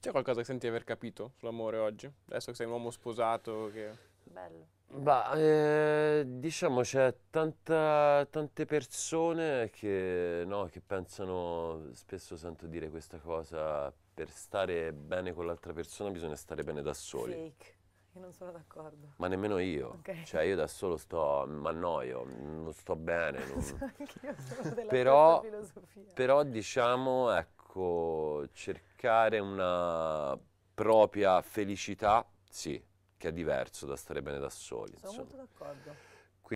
C'è qualcosa che senti di aver capito sull'amore oggi? Adesso che sei un uomo sposato, che... Bello. Ma eh, diciamo c'è tanta- tante persone che, no, che pensano, spesso sento dire questa cosa, per stare bene con l'altra persona bisogna stare bene da soli. Fake. Io non sono d'accordo. Ma nemmeno io, Ok. cioè io da solo sto, mi annoio, non sto bene, non- Anche io sono della Però- stessa filosofia. Però diciamo, ecco, cercare una propria felicità, sì, che è diverso da stare bene da soli, Sono insomma. molto d'accordo.